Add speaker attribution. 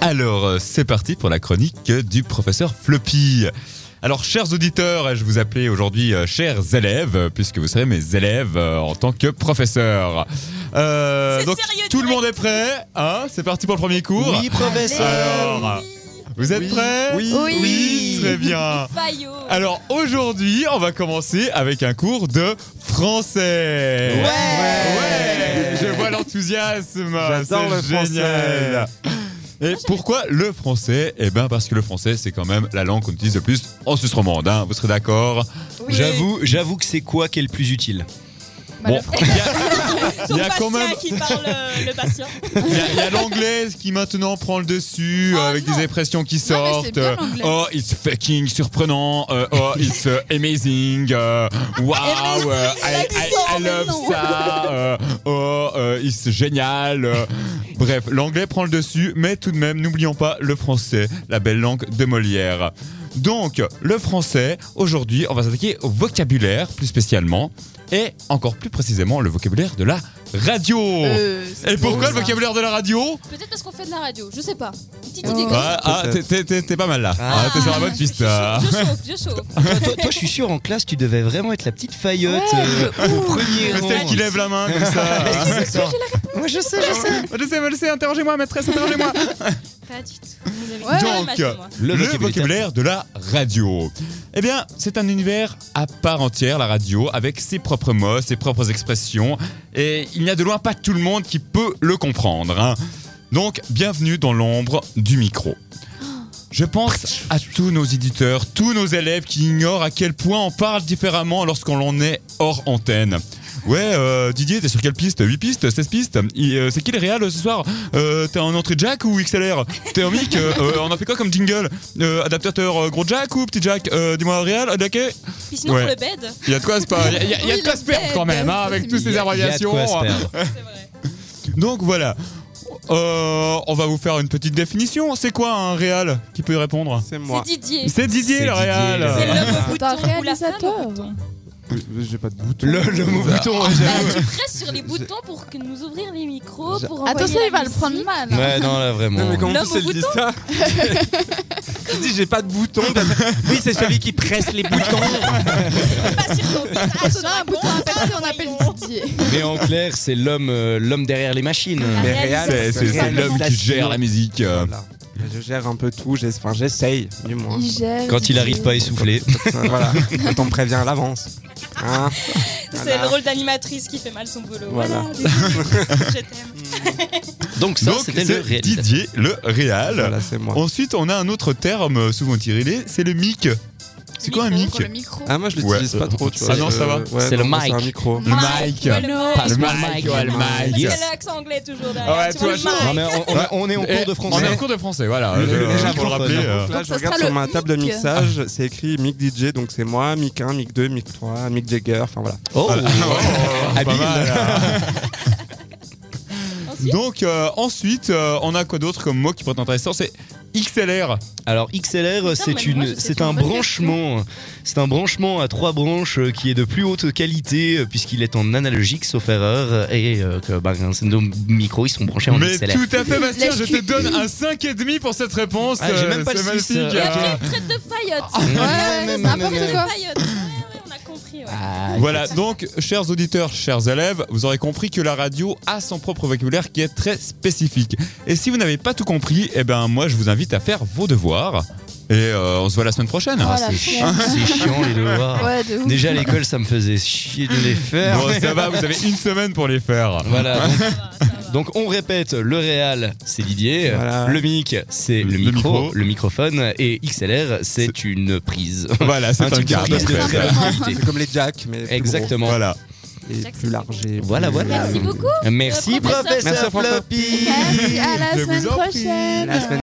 Speaker 1: Alors, euh, c'est parti pour la chronique du professeur Floppy. Alors, chers auditeurs, je vous appelais aujourd'hui euh, chers élèves, puisque vous serez mes élèves euh, en tant que professeur. Euh,
Speaker 2: C'est
Speaker 1: donc,
Speaker 2: sérieux,
Speaker 1: tout le
Speaker 2: direct.
Speaker 1: monde est prêt hein C'est parti pour le premier cours.
Speaker 3: Oui, professeur.
Speaker 1: Alors, vous êtes
Speaker 3: Oui.
Speaker 1: prêts
Speaker 3: Oui.
Speaker 2: Oui.
Speaker 1: Oui, très bien.
Speaker 2: Fayot.
Speaker 1: Alors aujourd'hui, on va commencer avec un cours de français.
Speaker 3: Ouais.
Speaker 1: Ouais. Je vois l'enthousiasme.
Speaker 3: J'adore
Speaker 1: C'est
Speaker 3: le
Speaker 1: génial. Et pourquoi le français Eh bien parce que le français c'est quand même la langue qu'on utilise le plus en Suisse romande. hein. Vous serez d'accord
Speaker 3: J'avoue, j'avoue que c'est quoi qui est le plus utile
Speaker 1: Bon, il y a- il
Speaker 2: Son
Speaker 1: y a quand
Speaker 2: patient
Speaker 1: même-
Speaker 2: qui parle euh, le patient.
Speaker 1: il y a, il y a l'anglais qui maintenant prend le dessus
Speaker 2: Oh,
Speaker 1: euh, avec
Speaker 2: non.
Speaker 1: des expressions qui
Speaker 4: Non, mais c'est
Speaker 1: sortent.
Speaker 4: bien l'anglais.
Speaker 1: oh, it's fucking surprenant. euh, oh, it's euh, amazing. euh, wow,
Speaker 4: Ah,
Speaker 1: euh, I, I- I love ça. euh, oh, euh, it's génial. euh. bref, l'anglais prend le dessus, mais tout de même, n'oublions pas le français, la belle langue de Molière. Donc, le français, aujourd'hui, on va s'attaquer au vocabulaire, plus spécialement, et encore plus précisément, le vocabulaire de la radio.
Speaker 4: Euh, c'est
Speaker 1: Et
Speaker 4: beau,
Speaker 1: pourquoi le
Speaker 4: ça.
Speaker 1: vocabulaire de la radio
Speaker 2: Peut-être parce qu'on fait de la radio, je sais pas. Une petite idée.
Speaker 4: Oh.
Speaker 2: comme-
Speaker 1: Ah, ah, t'es- t'es- t'es t'es pas mal là. Ah, T'es sur la bonne
Speaker 2: je
Speaker 1: piste.
Speaker 2: chauffe,
Speaker 1: ah.
Speaker 2: Je chauffe, je chauffe.
Speaker 3: toi, toi- toi, je suis sûr, en classe, tu devais vraiment être la petite faillotte. euh, au premier
Speaker 1: Mais
Speaker 3: rang.
Speaker 1: celle qui lève la main comme ça.
Speaker 3: C'est ça. Moi, je sais, je sais.
Speaker 1: Je sais, je sais, interrogez-moi, maîtresse, interrogez-moi.
Speaker 2: Pas du tout.
Speaker 4: Ouais.
Speaker 1: Donc,
Speaker 3: Le
Speaker 1: le
Speaker 3: vocabulaire.
Speaker 1: vocabulaire de la radio. Eh bien, c'est un univers à part entière, la radio, avec ses propres mots, ses propres expressions. Et il n'y a de loin pas tout le monde qui peut le comprendre. hein. Donc, bienvenue dans l'ombre du micro. Je pense à tous nos éditeurs, tous nos élèves qui ignorent à quel point on parle différemment lorsqu'on l'en est hors antenne. Ouais, euh, Didier, t'es sur quelle piste 8 pistes 16 pistes Il- euh, C'est qui les réals euh, ce soir Euh, T'es en entrée jack ou XLR T'es en mic euh, euh, On a fait quoi comme jingle Euh, Adaptateur euh, gros jack ou petit jack Euh, Dis-moi réal, euh, jacké
Speaker 2: Puis sinon,
Speaker 1: Ouais.
Speaker 2: pour le bed,
Speaker 1: Il y a de quoi se pas- il y a- il y a de
Speaker 4: Oui,
Speaker 1: quoi
Speaker 4: le
Speaker 1: se perdre quand
Speaker 4: bed,
Speaker 1: même, hein,
Speaker 4: ça,
Speaker 1: avec
Speaker 4: c'est
Speaker 1: toutes ces hein.
Speaker 4: mignon.
Speaker 3: Il y a de
Speaker 1: abréviations.
Speaker 3: quoi se perdre.
Speaker 2: c'est vrai.
Speaker 1: Donc voilà. Euh, on va vous faire une petite définition. C'est quoi un réal Qui peut y répondre
Speaker 5: C'est
Speaker 2: C'est
Speaker 5: moi.
Speaker 2: Didier.
Speaker 1: C'est Didier
Speaker 3: C'est
Speaker 1: le
Speaker 3: Didier,
Speaker 1: réal.
Speaker 3: le
Speaker 2: C'est
Speaker 3: réal.
Speaker 2: l'homme au
Speaker 4: T'as un
Speaker 2: bouton ou la femme au
Speaker 4: réalisateur.
Speaker 2: bouton.
Speaker 5: Euh, J'ai pas de bouton.
Speaker 3: Le, le mot bouton.
Speaker 2: Bah, tu presses sur les boutons pour que nous ouvrir les micros,
Speaker 3: Je-
Speaker 2: pour envoyer
Speaker 4: Attention,
Speaker 2: la
Speaker 4: il va le
Speaker 2: musique.
Speaker 4: prendre mal. hein.
Speaker 3: Ouais, non, là, vraiment.
Speaker 5: Non, mais comment
Speaker 1: Ah,
Speaker 2: L'homme
Speaker 5: tu sais,
Speaker 2: au
Speaker 5: elle dit ça Elle dit j'ai pas de bouton. Oui, c'est celui qui presse les boutons.
Speaker 2: Pas sur ton visage,
Speaker 4: Attention, un
Speaker 2: dragon,
Speaker 4: bouton à passer, on
Speaker 2: voyons.
Speaker 4: appelle Didier.
Speaker 3: Mais en clair, c'est l'homme euh, l'homme derrière les machines.
Speaker 2: Mais
Speaker 5: réal,
Speaker 1: C'est- C'est c'est l'homme qui gère la musique. euh.
Speaker 5: Voilà. Je gère un peu tout, j'es- enfin, j'essaye, du moins.
Speaker 4: Il gère.
Speaker 3: Quand il
Speaker 4: Didier.
Speaker 3: arrive pas à essouffler.
Speaker 5: Enfin, voilà, quand on me prévient à l'avance. Hein
Speaker 2: C'est
Speaker 5: Voilà.
Speaker 2: le rôle d'animatrice qui fait mal son boulot.
Speaker 5: Voilà.
Speaker 2: Voilà. Désolée, je t'aime.
Speaker 3: Donc ça,
Speaker 1: Donc,
Speaker 3: c'était
Speaker 1: c'est
Speaker 3: le réel.
Speaker 1: Didier le réal.
Speaker 5: Voilà, c'est moi.
Speaker 1: Ensuite, on a un autre terme euh, souvent tiré, c'est le mic. C'est quoi un
Speaker 4: Micro,
Speaker 1: mic
Speaker 4: Le micro.
Speaker 5: Ah, moi je l'utilise
Speaker 1: Ouais.
Speaker 5: pas trop, tu vois.
Speaker 1: Ah non, ça va.
Speaker 5: Ouais,
Speaker 3: C'est le
Speaker 5: non,
Speaker 3: mic.
Speaker 5: C'est un micro.
Speaker 1: Le mic.
Speaker 2: Ouais, le mic.
Speaker 3: Passe-moi
Speaker 1: mic, ouais, le
Speaker 2: Parce
Speaker 1: mic.
Speaker 2: qu'il a l'accent anglais toujours derrière.
Speaker 1: Ah Ouais,
Speaker 2: tu
Speaker 1: toi,
Speaker 2: vois,
Speaker 1: je-
Speaker 2: le
Speaker 3: Non,
Speaker 2: mic.
Speaker 3: mais on, on- on est en cours de
Speaker 1: Eh, On est en
Speaker 3: français.
Speaker 1: cours de français, voilà.
Speaker 3: Le-
Speaker 1: je-
Speaker 3: le
Speaker 1: euh,
Speaker 3: déjà
Speaker 1: faut le rappeler,
Speaker 3: francophone.
Speaker 1: euh.
Speaker 5: Donc là,
Speaker 4: Donc,
Speaker 5: je
Speaker 4: ça
Speaker 5: regarde
Speaker 4: sera
Speaker 5: sur
Speaker 4: le
Speaker 5: ma table de
Speaker 4: mic.
Speaker 5: mixage, c'est écrit mic DJ, donc c'est moi, mic 1, mic 2, mic 3, mic Jagger, enfin voilà.
Speaker 3: Oh,
Speaker 1: Voilà. oh, Pas
Speaker 3: habile.
Speaker 1: mal, hein.
Speaker 2: Ensuite
Speaker 1: Donc euh, ensuite, euh, on a quoi d'autre comme mot qui pourrait être intéressant C'est XLR.
Speaker 3: Alors XLR,
Speaker 2: Putain, mais
Speaker 3: c'est
Speaker 2: moi,
Speaker 3: une,
Speaker 2: je sais
Speaker 3: c'est
Speaker 2: pas.
Speaker 3: un
Speaker 4: Bonne
Speaker 3: branchement, c'est un branchement à trois branches euh, qui est de plus haute qualité euh, puisqu'il est en analogique sauf erreur et euh, que bah, nos micros ils sont branchés en
Speaker 1: Mais
Speaker 3: XLR.
Speaker 1: tout à fait, Bastien,
Speaker 4: La
Speaker 1: je te
Speaker 4: QI.
Speaker 1: donne un 5,5 pour cette réponse.
Speaker 3: Ah, j'ai
Speaker 1: euh,
Speaker 3: même pas le
Speaker 1: c'est
Speaker 3: six,
Speaker 1: magnifique.
Speaker 3: euh,
Speaker 2: Et
Speaker 3: ok.
Speaker 2: après, il me traite de faillotte.
Speaker 3: Mm.
Speaker 4: Ouais,
Speaker 3: Mm.
Speaker 4: c'est n'importe
Speaker 3: Mm.
Speaker 4: quoi.
Speaker 2: Faillotte. Ouais, ouais, on a compris. ouais.
Speaker 3: Ah,
Speaker 1: Voilà, donc, chers auditeurs, chers élèves, vous aurez compris que la radio a son propre vocabulaire qui est très spécifique. Et si vous n'avez pas tout compris, eh ben, moi, je vous invite à faire vos devoirs. Et euh, on se voit la semaine prochaine.
Speaker 4: Oh,
Speaker 3: ah,
Speaker 4: la
Speaker 3: c'est, chi- c'est chiant les
Speaker 1: Ah.
Speaker 3: devoirs.
Speaker 4: Ouais, de ouf.
Speaker 3: Déjà à l'école ça me faisait chier de les faire.
Speaker 1: Bon, ça va, vous avez une semaine pour les faire.
Speaker 3: Voilà.
Speaker 2: Ça va, ça va.
Speaker 3: Donc on répète, le réal c'est Didier,
Speaker 5: Voilà.
Speaker 3: le mic c'est le,
Speaker 1: Le
Speaker 3: micro,
Speaker 1: micro.
Speaker 3: le microphone et XLR c'est une prise.
Speaker 1: Voilà, c'est un
Speaker 3: truc
Speaker 1: quart
Speaker 3: de prise de
Speaker 1: d'heure.
Speaker 3: très bonne qualité.
Speaker 5: C'est comme les jacks, mais plus gros
Speaker 3: Exactement.
Speaker 1: Voilà.
Speaker 5: et plus large. et
Speaker 3: Voilà,
Speaker 5: plus- euh,
Speaker 3: voilà.
Speaker 2: Merci beaucoup.
Speaker 3: Merci
Speaker 2: professeur.
Speaker 3: professeur
Speaker 5: Merci,
Speaker 3: Floppy.
Speaker 4: Merci, à la
Speaker 1: Je vous
Speaker 4: semaine
Speaker 1: en prie.
Speaker 4: prochaine.
Speaker 5: La semaine